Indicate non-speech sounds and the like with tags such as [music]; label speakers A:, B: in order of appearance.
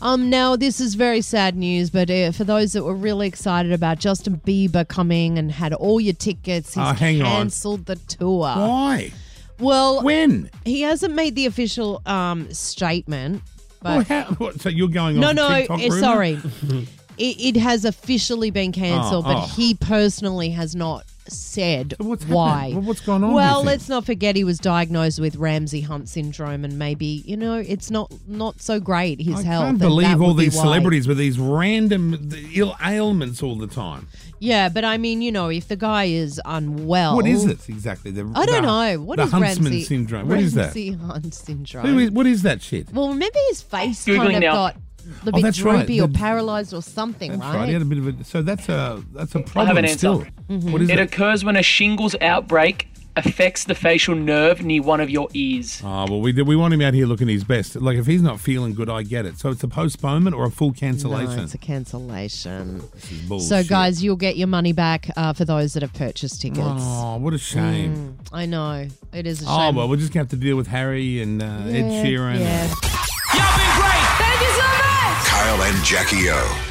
A: Um, now this is very sad news, but uh, for those that were really excited about Justin Bieber coming and had all your tickets, he's
B: Oh, hang on.
A: cancelled the tour.
B: Why?
A: Well,
B: When?
A: he hasn't made the official um statement, but
B: Well, how, what, so you're going
A: no,
B: on?
A: no,
B: TikTok
A: eh,
B: rumor?
A: sorry,
B: [laughs]
A: it, it has officially been cancelled,
B: oh.
A: but he personally has not said
B: So what's
A: why.
B: happened? Well, what's gone on, do you
A: Well,
B: think?
A: let's not forget he was diagnosed with Ramsey Hunt syndrome, and maybe you know it's not not so great his
B: I
A: health.
B: can't
A: and that
B: believe
A: would
B: all
A: be
B: these
A: why.
B: celebrities with these random th- ill ailments all the time.
A: Yeah, but I mean, you know, if the guy is unwell,
B: What is it exactly? The,
A: Oh. I don't
B: the-
A: know. What
B: the
A: is
B: Huntsman
A: Ramsey,
B: syndrome.
A: Ramsey
B: What is that?
A: Hunt syndrome.
B: Who is, what is that shit?
A: well, remember his face
C: Googling
A: kind of
C: now.
A: got a
B: Oh,
A: bit
B: that's right.
A: droopy or
B: The-
A: paralysed or something,
B: That's right.
A: right?
B: He had a bit of a. So that's a that's a problem
C: answer.
B: still. Mm-hmm.
A: Mm-hmm.
B: What is
C: It
B: it?
C: occurs when a shingles outbreak affects the facial nerve near one of your ears.
B: Ah, well, we do, we want him out here looking his best. Like if he's not feeling good, I get it. So it's a postponement or a full cancellation.
A: No, it's a cancellation.
B: This is bullshit.
A: So, guys, you'll get your money back uh, for those that have purchased tickets.
B: Oh, what a shame.
A: I know it is a shame.
B: Oh well, we're just gonna have to deal with Harry and uh, Ed Sheeran.
A: Yeah.
D: Kyle and Jackie O.